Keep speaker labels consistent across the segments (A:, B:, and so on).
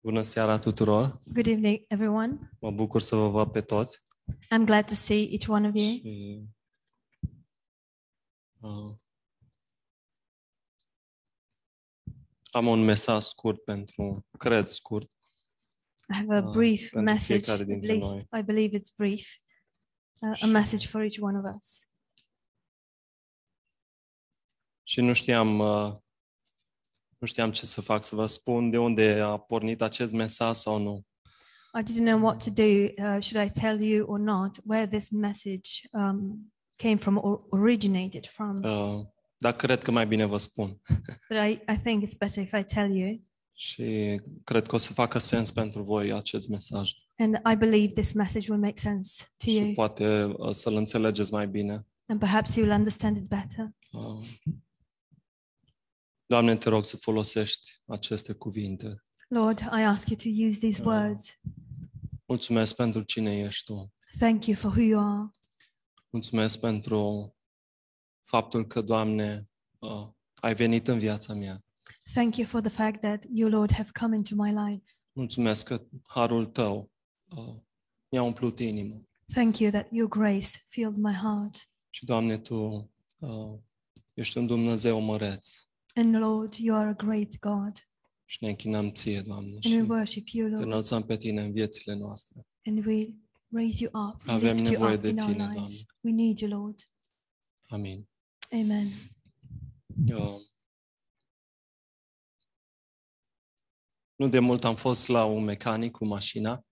A: Bună seara tuturor!
B: Good evening, everyone.
A: Mă bucur să vă văd pe toți.
B: I'm glad to see each one of you.
A: Și, uh, am un mesaj scurt pentru, cred scurt,
B: I have a
A: Ah,
B: brief
A: pentru
B: message,
A: fiecare
B: at
A: dintre
B: least
A: noi.
B: I believe it's brief, uh, a
A: Și-
B: message for each one of us.
A: și nu știam, uh, nu știam ce să fac, să vă spun de unde a pornit acest mesaj sau nu.
B: I didn't know what to do. Uh, should I tell you or not where this message um, came from or originated from?
A: Uh, dar cred că mai bine vă spun.
B: But I, I think it's better if I tell you.
A: Și cred că o să facă sens pentru voi acest mesaj.
B: And I believe this message will make sense to
A: Și
B: you.
A: poate uh, să-l înțelegeți mai bine.
B: And perhaps you'll understand it better.
A: Uh, Doamne, te rog să folosești aceste cuvinte.
B: Lord, I ask you to use these
A: Ah.
B: words.
A: Mulțumesc pentru cine ești Tu.
B: Thank you for who you are.
A: Mulțumesc pentru faptul că, Doamne, uh, ai venit în viața mea.
B: Thank you for the fact that you, Lord, have come into my life.
A: Mulțumesc că harul Tău uh, mi-a umplut inima.
B: Thank you that your grace filled my heart.
A: Și, Doamne, Tu uh, ești un Dumnezeu măreț
B: And Lord, you are a great God.
A: și ne închinăm Ție, Doamne,
B: And we
A: și
B: worship you,
A: te
B: Lord.
A: înălțăm pe Tine în viețile noastre.
B: And we raise you up, we
A: Avem
B: lift you
A: nevoie
B: up
A: de
B: in our
A: tine,
B: lives. We need you, Lord.
A: Amin.
B: Amen.
A: Uh, Nu de mult am fost la un mecanic cu mașina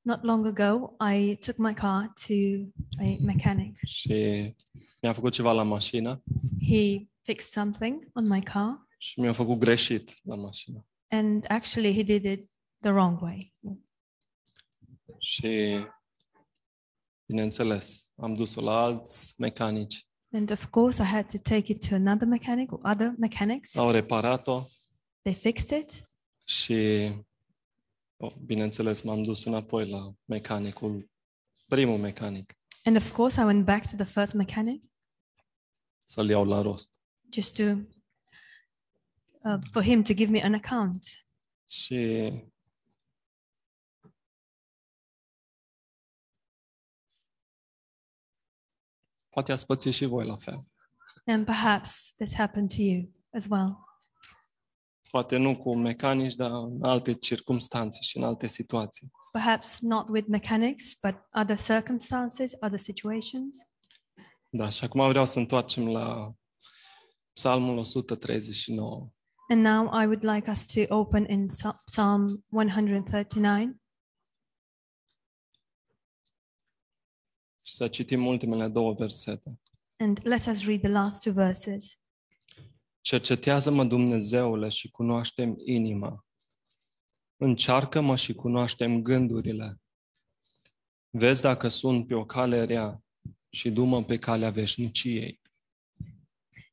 B: Not long ago, I took my car to a mechanic.
A: și mi-a făcut ceva la mașină
B: He fixed something on my car,
A: și mi-a făcut greșit la mașină.
B: and actually, he did it the wrong way.
A: Și, bineînțeles, am dus-o la alți mecanici.
B: And of course, I had to take it to another mechanic or other mechanics.
A: Au reparat-o
B: They fixed it,
A: și, oh, bineînțeles, m-am dus înapoi la mecanicul, primul mecanic,
B: and of course, I went back to the first mechanic
A: să-l iau la rost.
B: just to uh, for him to give me an account.
A: Și poate ați pățit și voi la fel.
B: And perhaps this happened to you as well.
A: Poate nu cu mecanici, dar în alte circumstanțe și în alte situații.
B: Perhaps not with mechanics, but other circumstances, other situations.
A: Da, și acum vreau să întoarcem la Psalmul 139.
B: And now I would like us to open in Psa- Psalm 139
A: Și să citim ultimele două versete.
B: and let us read the last two verses.
A: Cercetează-mă, Dumnezeule, și cunoaștem inima. Încearcă-mă și cunoaștem gândurile. Vezi dacă sunt pe o cale rea și dumă pe calea veșniciei.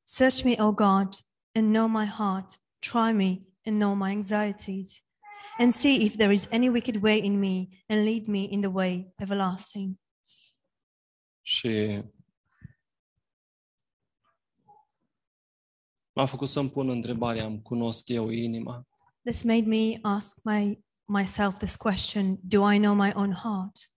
B: Search me, O God, and know my heart. Try me and know my anxieties. And see if there is any wicked way in me, and lead me in the way everlasting.
A: Și m-a făcut să-mi pun întrebarea, îmi cunosc eu inima?
B: This made me ask my, myself this question Do I know my own heart?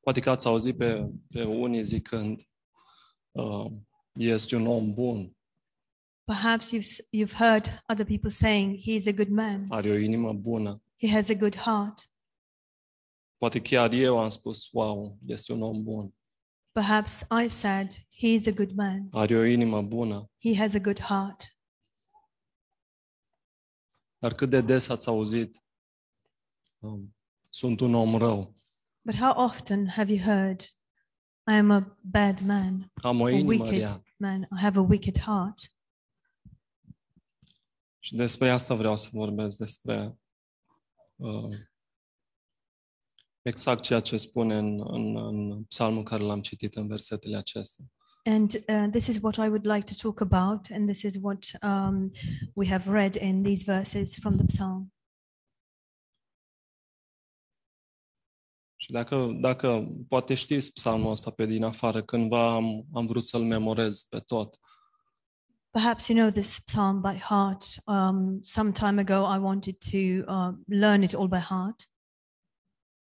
A: Poate că ați auzit pe, pe unii zicând, uh, ești un om bun,
B: Perhaps you've, s- you've heard other people saying, He is a good man,
A: are o inimă bună.
B: he has a good heart.
A: Poate chiar eu am spus, wow, este un om bun,
B: Perhaps I said, He is a good man,
A: are o inimă bună.
B: he has a good heart.
A: Dar cât de des ați auzit, um, sunt un om rău,
B: But how often have you heard, I am a bad man?
A: am o
B: a
A: inimă
B: Oh, wicked
A: rea.
B: man. I have a wicked heart.
A: Și despre asta vreau să vorbesc, despre uh, exact ceea ce spune în, în, în psalmul care l-am citit în versetele acestea.
B: And uh, this is what I would like to talk about. And this is what um, we have read in these verses from the psalm.
A: Și dacă, dacă poate știți psalmul ăsta pe din afară, cândva am, am vrut să-l memorez pe tot.
B: Perhaps you know this psalm by heart. Um, some time ago, I wanted to uh, learn it all by heart.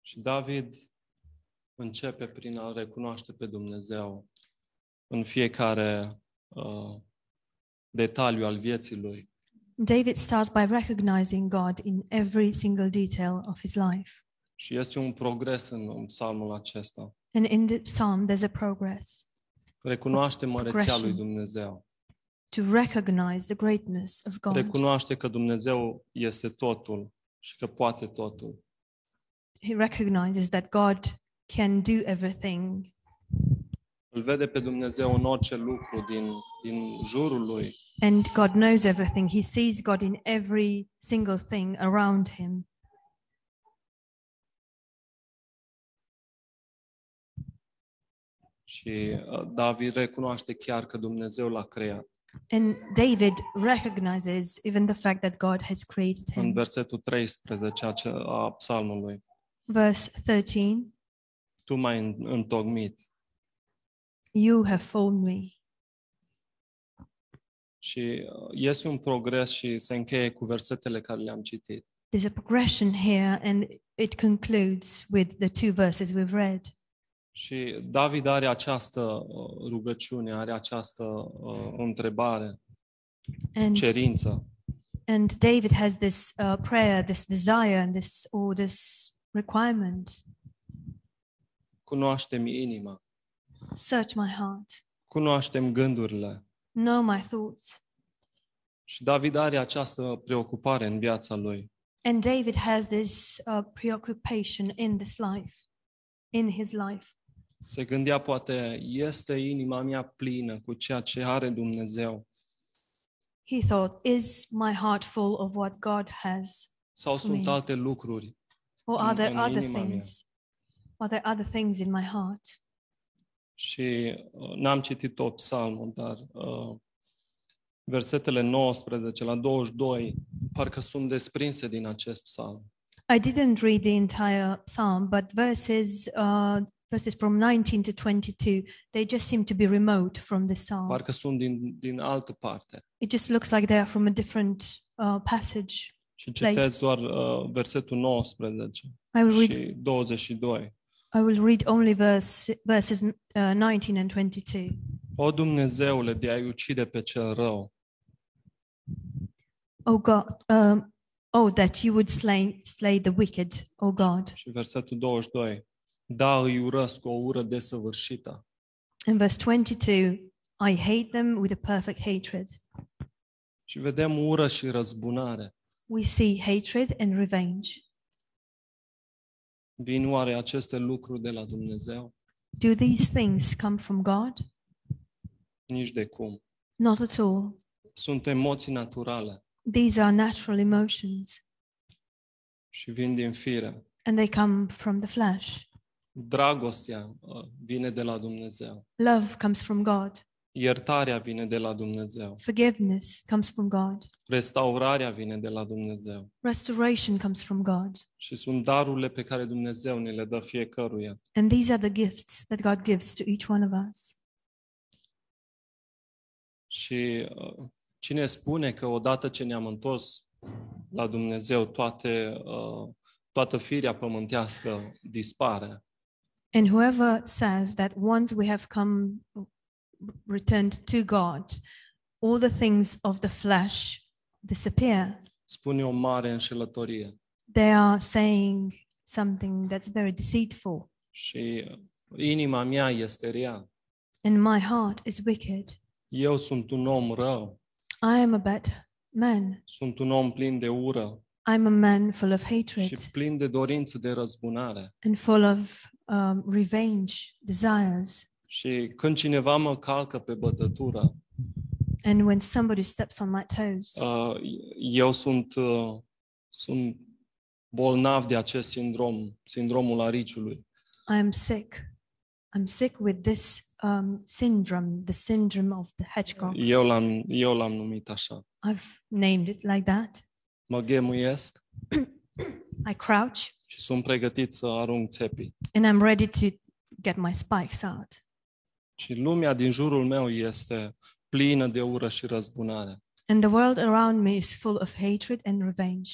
A: Și David începe prin a recunoaște pe Dumnezeu în fiecare uh, detaliu al vieții lui.
B: David starts by recognizing God in every single detail of his life.
A: Și este un progres în în psalmul acesta.
B: And in the psalm, there's a progress
A: Recunoaște măreția lui
B: Progression.
A: Dumnezeu.
B: to recognize the greatness of God.
A: Recunoaște că Dumnezeu este totul și că poate totul.
B: He recognizes that God can do everything.
A: Îl vede pe Dumnezeu în orice lucru din, din jurul lui
B: And God knows everything. He sees God in every single thing around him.
A: și uh, David recunoaște chiar că Dumnezeu l-a creat.
B: And David recognizes even the fact that God has created
A: În
B: him.
A: versetul 13 a ce- a psalmului,
B: Verse 13
A: tu m-ai în- întocmit
B: You have formed me.
A: Și uh, este un progres și se încheie cu versetele care le-am citit.
B: There's a progression here, and it concludes with the two verses we've read.
A: Și David are această uh, rugăciune, are această uh, întrebare,
B: And
A: cerință.
B: and David has this uh, prayer, this desire, and this or this requirement:
A: Cunoaște-mi inima,
B: search my heart,
A: cunoaște-mi gândurile.
B: know my thoughts.
A: Și David are această preocupare în viața lui.
B: And David has this uh, preoccupation in this life, in his life.
A: Se gândea poate, este inima mea plină cu ceea ce are Dumnezeu?
B: He thought, "Is my heart full of what God has,
A: Sau sunt
B: Amin.
A: alte lucruri?
B: or are
A: În-
B: there
A: în
B: other
A: inima mea.
B: things? Are there other things in my heart?"
A: Și uh, n-am citit tot psalmul, dar uh, versetele 19 la 22 parcă sunt desprinse din acest psalm.
B: I didn't read the entire psalm, but verses uh, verses from 19 to 22 they just seem to be remote from the psalm.
A: Parcă sunt din, din altă parte.
B: It just looks like they are from a different uh, passage.
A: Și citesc
B: Place.
A: doar uh, versetul 19
B: I will read.
A: și 22.
B: I will read only verse verses uh, 19 and 22.
A: O Dumnezeule, de a-i ucide pe cel rău,
B: Oh God, um, oh that you would slay slay the wicked, oh God.
A: și versetul 22, da, îi urăsc cu o ură desăvârșită.
B: In verse 22, I hate them with a perfect hatred.
A: Și vedem ură și răzbunare.
B: We see hatred and revenge.
A: Vin oare aceste lucruri de la Dumnezeu?
B: Do these things come from God?
A: Nici de cum.
B: Not at all.
A: sunt emoții naturale
B: These are natural emotions
A: și vin din fire.
B: and they come from the flesh.
A: Dragostea uh, vine de la Dumnezeu.
B: Love comes from God,
A: Iertarea vine de la Dumnezeu.
B: forgiveness comes from God,
A: Restaurarea vine de la Dumnezeu.
B: restoration comes from God.
A: Și sunt darurile pe care Dumnezeu ne le dă fiecăruia.
B: And these are the gifts that God gives to each one of us.
A: Și uh, cine spune că odată ce ne-am întors la Dumnezeu, toate, uh, toată firea pământească dispare.
B: And whoever says that once we have come, returned to God, all the things of the flesh disappear,
A: Spune o mare înșelătorie.
B: they are saying something that's very deceitful.
A: Și uh, inima mea este rea.
B: And my heart is wicked.
A: Eu sunt un om rău.
B: I am a bad man.
A: Sunt un om plin de ură
B: I'm a man full of hatred
A: și plin de dorință de răzbunare.
B: and full of um, revenge desires.
A: Și când cineva mă calcă pe bătătură,
B: And when somebody steps on my toes,
A: uh, eu sunt, uh, sunt bolnav de acest sindrom, sindromul ariciului.
B: I'm sick. I'm sick with this um, syndrome, the syndrome of the hedgehog.
A: Eu l-am, eu l-am numit așa.
B: I've named it like that.
A: Mă gemuiesc
B: I crouch
A: și sunt pregătit să arunc țepii.
B: and I'm ready to get my spikes out.
A: Și lumea din jurul meu este plină de ură și răzbunare.
B: and the world around me is full of hatred and revenge.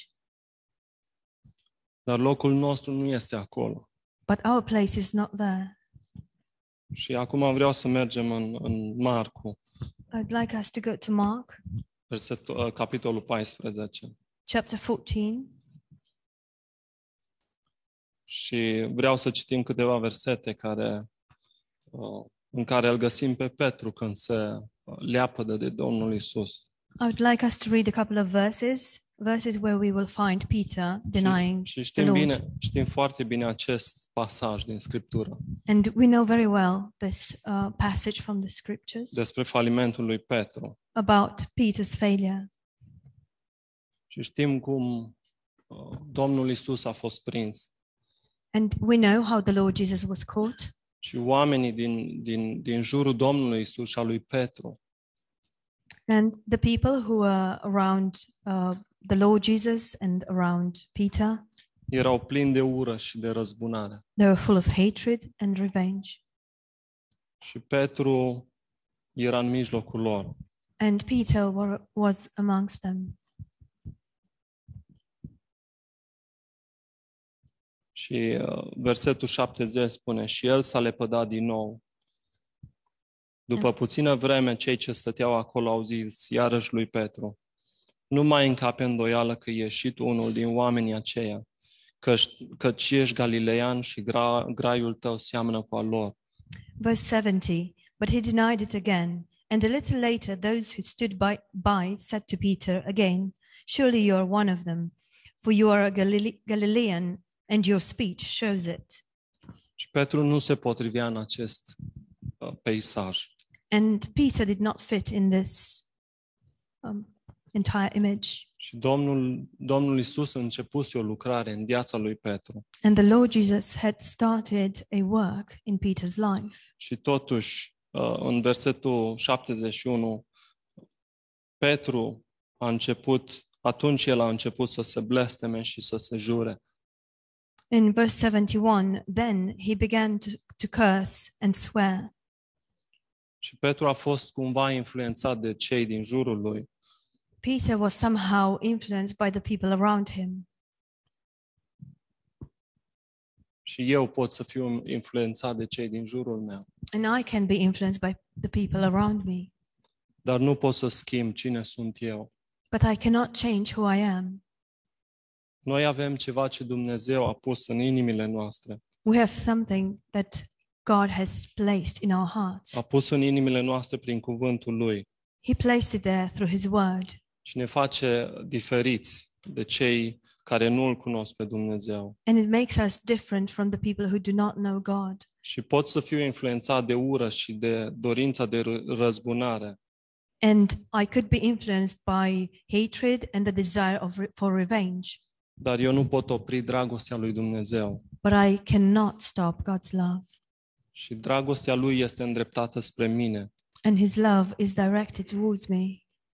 A: Dar locul nostru nu este acolo.
B: But our place is not there.
A: Și acum vreau să mergem în, în Marcu,
B: I'd like us to go to Mark
A: versetul, uh, capitolul 14.
B: chapter 14,
A: Și vreau să citim câteva versete care, uh, în care îl găsim pe Petru când se uh, leapădă de Domnul Isus.
B: I would like us to read a couple of verses, verses where we will find Peter denying
A: Și
B: the
A: știm
B: Lord.
A: bine, știm foarte bine acest pasaj din Scriptură
B: And we know very well this uh, passage from the scriptures
A: despre falimentul lui Petru.
B: about Peter's failure.
A: Și știm cum uh, Domnul Isus a fost prins
B: And we know how the Lord Jesus was caught,
A: și oamenii din, din, din jurul Domnului Isus și a lui Petru
B: and the people who were around uh, the Lord Jesus and around Peter,
A: erau plini de ură și de răzbunare.
B: they were full of hatred and revenge.
A: Și Petru era în mijlocul lor.
B: And Peter wa- was amongst them.
A: Și uh, versetul 70 spune, și el s-a lepădat din nou. După puțină vreme, cei ce stăteau acolo au zis iarăși lui Petru, nu mai încape îndoială că ești și tu unul din oamenii aceia, căci, căci ești galilean și gra, graiul tău seamănă cu al lor.
B: Verse 70 But he denied it again. And a little later, those who stood by, by said to Peter again, Surely you are one of them, for you are a Galile- Galilean, and your speech shows it.
A: Și Petru nu se potrivea în acest uh, peisaj.
B: And Peter did not fit in this um, entire image.
A: Și Domnul, Domnul Isus a început o lucrare în viața lui Petru.
B: And the Lord Jesus had started a work in Peter's life.
A: Și totuși, uh, în versetul 71, Petru a început, atunci el a început să se blesteme și să se jure.
B: In verse 71, then he began to, to curse and swear.
A: Și Petru a fost cumva influențat de cei din jurul lui
B: Peter was somehow influenced by the people around him.
A: și eu pot să fiu influențat de cei din jurul meu,
B: And I can be influenced by the people around me,
A: dar nu pot să schimb cine sunt eu.
B: but I cannot change who I am.
A: Noi avem ceva ce Dumnezeu a pus în inimile noastre.
B: We have something that God has placed in our hearts.
A: A pus în inimile noastre prin cuvântul lui
B: He placed it there through his word.
A: și ne face diferiți de cei care nu îl cunosc pe Dumnezeu.
B: And it makes us different from the people who do not know God.
A: și pot să fiu influențat de ură și de dorința de ră- răzbunare,
B: And I could be influenced by hatred and the desire of re- for revenge,
A: dar eu nu pot opri dragostea lui Dumnezeu.
B: but I cannot stop God's love.
A: Și dragostea lui este îndreptată spre mine.
B: And his love is directed towards me.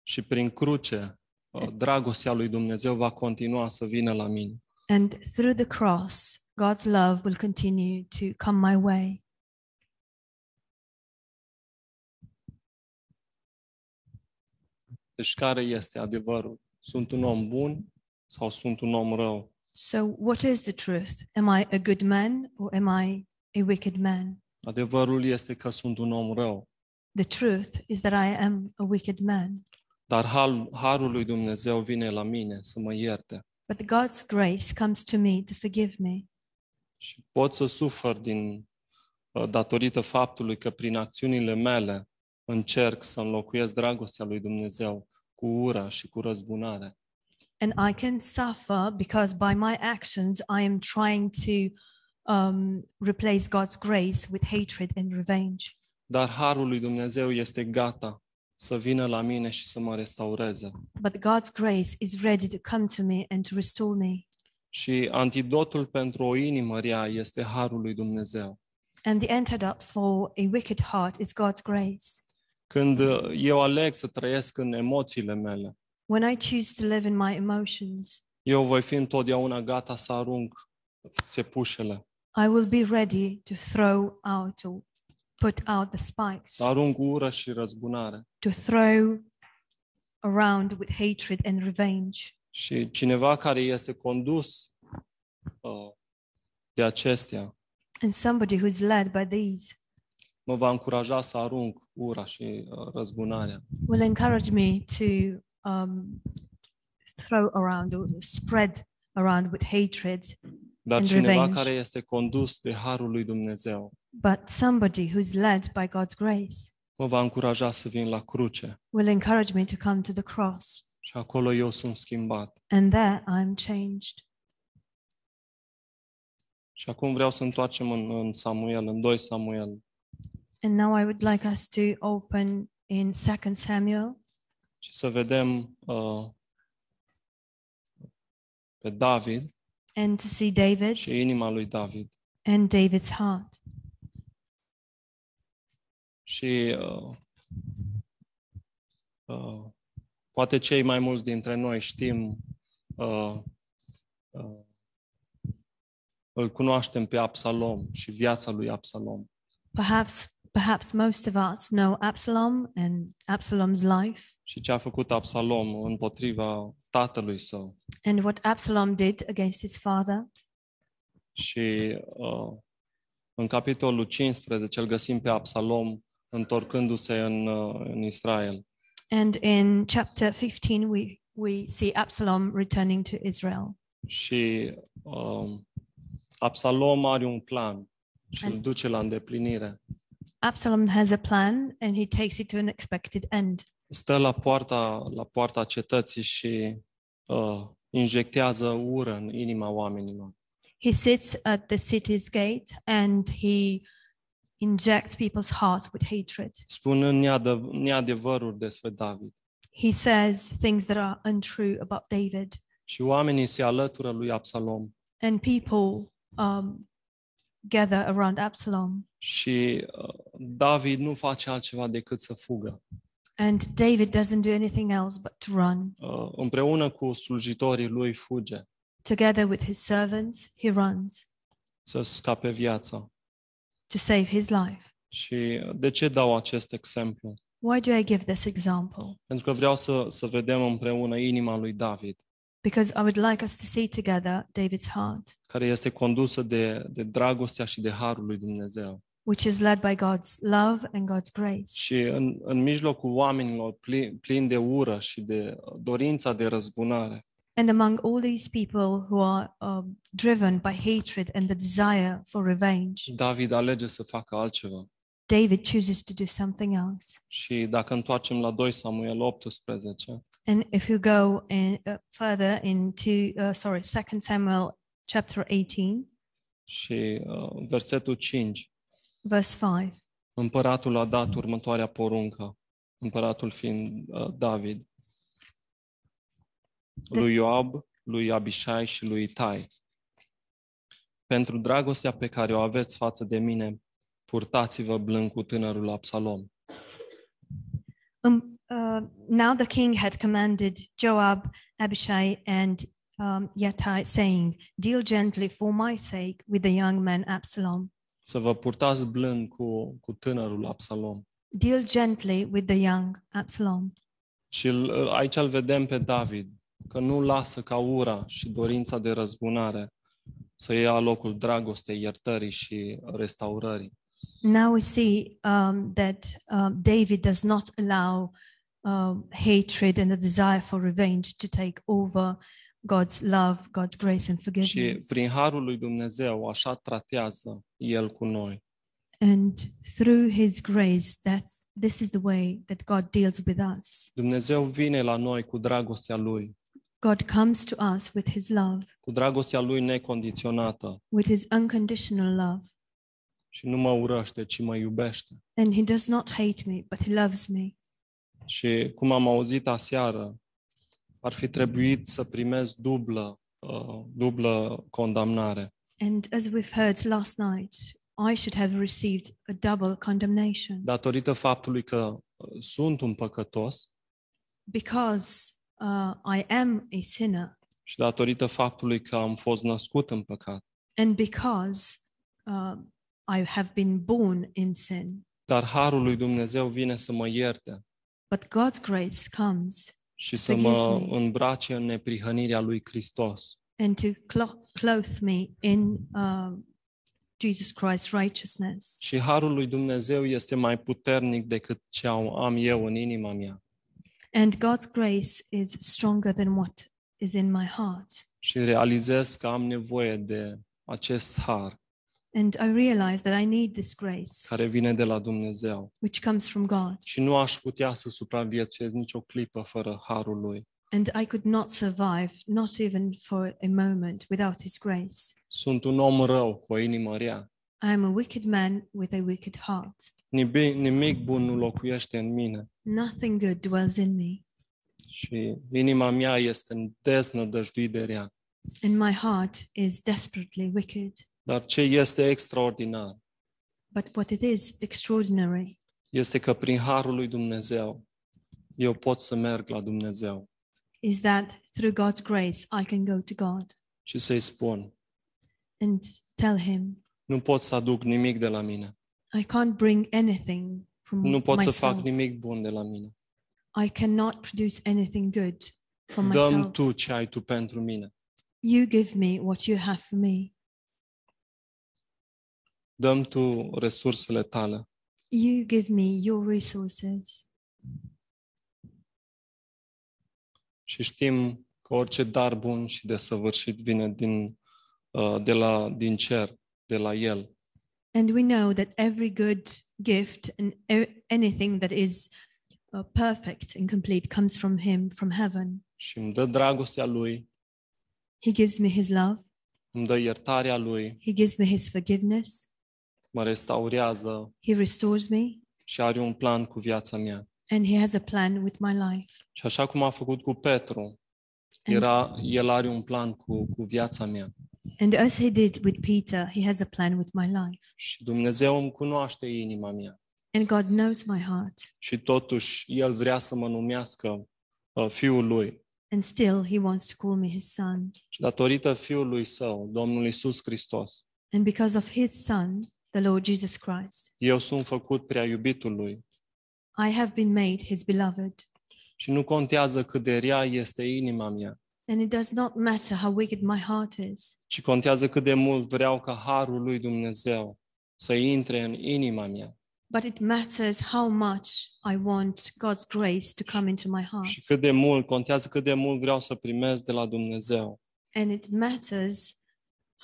A: Și prin cruce, uh, dragostea lui Dumnezeu va continua să vină la mine.
B: And through the cross, God's love will continue to come my way.
A: Deci care este adevărul? Sunt un om bun sau sunt un om rău?
B: So, what is the truth? Am I a good man or am I a wicked man?
A: Adevărul este că sunt un om rău.
B: The truth is that I am a wicked man.
A: Dar hal- harul lui Dumnezeu vine la mine să mă ierte.
B: But God's grace comes to me to forgive me.
A: Și pot să sufăr din uh, datorită faptului că prin acțiunile mele încerc să înlocuiesc dragostea lui Dumnezeu cu ura și cu răzbunare.
B: And I can suffer because by my actions, I am trying to um, replace God's grace with hatred and revenge.
A: Dar harul lui Dumnezeu este gata să vină la mine și să mă restaureze.
B: But God's grace is ready to come to me and to restore me.
A: Și antidotul pentru o inimă rea este harul lui Dumnezeu.
B: And the antidote for a wicked heart is God's grace.
A: Când uh, eu aleg să trăiesc în emoțiile mele,
B: When I choose to live in my emotions,
A: eu voi fi întotdeauna gata să arunc țepușele
B: I will be ready to throw out or put out the spikes,
A: să arunc ură și răzbunare.
B: to throw around with hatred and revenge.
A: Și cineva care este condus uh, de acestea
B: And somebody who's led by these
A: mă va încuraja să arunc ura și uh, răzbunarea.
B: will encourage me to um, throw around or spread around with hatred.
A: Dar
B: And
A: cineva
B: revenge.
A: care este condus de harul lui Dumnezeu
B: But somebody who's led by God's grace
A: mă va încuraja să vin la cruce
B: will encourage me to come to the cross.
A: și acolo eu sunt schimbat.
B: And there I'm changed.
A: Și acum vreau să întoarcem în, în Samuel, în 2 Samuel,
B: And now I would like us to open in 2 Samuel
A: și să vedem uh, pe David
B: and to see David
A: și inima lui David.
B: and David's heart.
A: Și uh, uh, poate cei mai mulți dintre noi știm, uh, uh, îl cunoaștem pe Absalom și viața lui Absalom.
B: Perhaps, perhaps most of us know Absalom and Absalom's life
A: și ce a făcut Absalom împotriva tatălui său.
B: and what Absalom did against his father.
A: Și uh, în capitolul 15 îl găsim pe Absalom întorcându-se în, uh, în Israel.
B: And in chapter 15, we, we see Absalom returning to Israel.
A: Și uh, Absalom are un plan și îl
B: Am-
A: duce la îndeplinire.
B: Absalom has a plan and he takes it to an expected end.
A: Stă la poarta, la poarta cetății și uh, injectează ură în inima oamenilor.
B: He sits at the city's gate and he injects people's hearts with hatred.
A: Spunând neadă- neadevăruri despre David.
B: He says things that are untrue about David,
A: Și oamenii se alătură lui Absalom
B: and people um, gather around Absalom.
A: Și uh, David nu face altceva decât să fugă.
B: And David doesn't do anything else but to run.
A: Uh, Împreună cu slujitorii lui fuge
B: Together with his servants, he runs
A: să scape viața.
B: to save his life.
A: Și uh, de ce dau acest exemplu?
B: Why do I give this example?
A: Pentru că vreau să, să vedem împreună inima lui David,
B: Because I would like us to see together David's heart,
A: care este condusă de, de dragostea și de harul lui Dumnezeu.
B: which is led by God's love and God's grace.
A: Și în, în mijlocul oamenilor plin, plin de ură și de uh, dorința de răzbunare,
B: And among all these people who are um, driven by hatred and the desire for revenge,
A: David alege să facă altceva.
B: David chooses to do something else.
A: Și dacă întoarcem la 2 Samuel 18,
B: And if you go in, uh, further into, uh, sorry, 2 Samuel chapter 18,
A: Și uh, versetul 5.
B: verse 5,
A: Împăratul a dat următoarea poruncă, împăratul fiind uh, David, lui Ioab, lui Abishai și lui Itai. Pentru dragostea pe care o aveți față de mine, purtați-vă blând cu tânărul Absalom.
B: Um, uh, now the king had commanded Joab, Abishai, and um, Yattai, saying, Deal gently for my sake with the young man Absalom.
A: Să vă purtați blând cu, cu tânărul Absalom.
B: Deal gently with the young Absalom.
A: Și îl- aici îl vedem pe David, că nu lasă ca ura și dorința de răzbunare să ia locul dragostei, iertării și restaurării.
B: Now we see um, that um, David does not allow um, hatred and the desire for revenge to take over God's love, God's grace, and
A: Și
B: forgiveness.
A: prin harul lui Dumnezeu așa tratează El cu noi.
B: And through his grace, that's, this is the way that God deals with us.
A: Dumnezeu vine la noi cu dragostea Lui,
B: God comes to us with his love,
A: cu dragostea Lui necondiționată
B: with his unconditional love.
A: și nu mă urăște, ci mă iubește.
B: And he does not hate me, but he loves me.
A: Și cum am auzit aseară, ar fi trebuit să primez dublă, uh, dublă condamnare.
B: And as we've heard last night, I should have received a double condemnation
A: datorită faptului că uh, sunt un păcătos
B: because uh, I am a sinner
A: și datorită faptului că am fost născut în păcat.
B: um, and because uh, I have been born in sin.
A: dar harul lui Dumnezeu vine să mă ierte
B: But God's grace comes
A: și să mă îmbrace în neprihănirea lui Hristos.
B: and to clo- clothe me in uh, Jesus Christ's righteousness.
A: Și harul lui Dumnezeu este mai puternic decât ce au- am eu în inima mea.
B: And God's grace is stronger than what is in my heart.
A: Și realizez că am nevoie de acest har
B: And I realize that I need this grace,
A: care vine de la Dumnezeu.
B: which comes from God.
A: Și nu aș putea să supraviețuiesc nicio clipă fără harul lui.
B: And I could not survive, not even for a moment, without His grace.
A: Sunt un om rău, cu o inimă rea.
B: I am a wicked man with a wicked heart.
A: Nimic, nimic bun nu locuiește în mine.
B: Nothing good dwells in me,
A: Și inima mea este deznădăjduit de rea.
B: and my heart is desperately wicked.
A: Dar ce este extraordinar
B: But what it is extraordinary
A: este că prin harul lui Dumnezeu eu pot să merg la Dumnezeu
B: is that through God's grace, I can go to God
A: și să-i spun,
B: and tell Him,
A: nu pot să aduc nimic de la mine,
B: I can't bring anything from
A: nu pot să fac
B: myself.
A: nimic bun de la mine.
B: I cannot produce anything good from
A: Dăm
B: myself.
A: tu ce ai tu pentru mine.
B: You give me what you have for me.
A: Dăm tu resursele tale.
B: You give me your resources.
A: Și știm că orice dar bun și desăvârșit vine din, uh, de la, din cer, de la El.
B: And we know that every good gift and e- anything that is uh, perfect and complete comes from Him, from heaven.
A: Și îmi dă dragostea Lui,
B: He gives me His love,
A: îmi dă iertarea Lui,
B: He gives me His forgiveness,
A: mă restaurează
B: He restores me,
A: și are un plan cu viața mea.
B: and He has a plan with my life.
A: Și așa cum a făcut cu Petru,
B: And,
A: era, el are un plan cu, cu viața mea.
B: and as He did with Peter, He has a plan with my life.
A: Și Dumnezeu îmi cunoaște inima mea.
B: And God knows my heart,
A: Și totuși, El vrea să mă numească uh, Fiul Lui.
B: and still He wants to call me His Son.
A: Și datorită Fiului Său, Domnul Isus Hristos,
B: And because of His Son, the Lord Jesus Christ,
A: eu sunt făcut prea iubitul Lui.
B: I have been made His beloved.
A: Și nu contează cât de rea este inima mea,
B: And it does not matter how wicked my heart is,
A: ci contează cât de mult vreau ca Harul Lui Dumnezeu să intre în inima mea
B: but it matters how much I want God's grace to come into my heart.
A: și cât de mult, contează cât de mult vreau să primesc de la Dumnezeu.
B: And it matters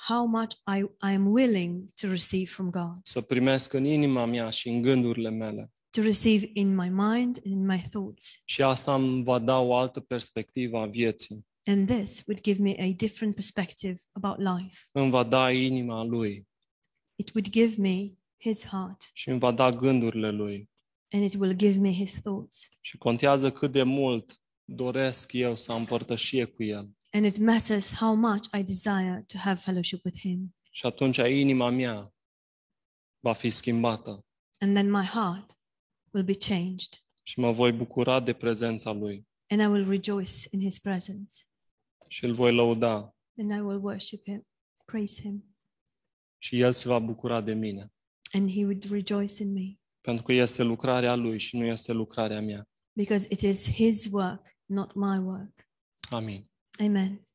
B: how much I, I am willing to receive from God,
A: să primesc în inima mea și în gândurile mele.
B: to receive in my mind and in my thoughts.
A: Și asta îmi va da o altă perspectivă a vieții.
B: And this would give me a different perspective about life.
A: Îmi va da inima lui
B: It would give me His heart
A: și îmi va da gândurile lui.
B: and it will give me His thoughts.
A: Și contează cât de mult doresc eu să am părtășie cu el.
B: And it matters how much I desire to have fellowship with Him.
A: Și atunci inima mea va fi schimbată
B: And then my heart will be changed
A: și mă voi bucura de prezența lui
B: and I will rejoice in His presence
A: și îl voi lăuda
B: and I will worship Him, praise Him,
A: și el se va bucura de mine.
B: and He would rejoice in me
A: Pentru că este lucrarea lui și nu este lucrarea mea.
B: because it is His work, not my work.
A: Amin.
B: Amen.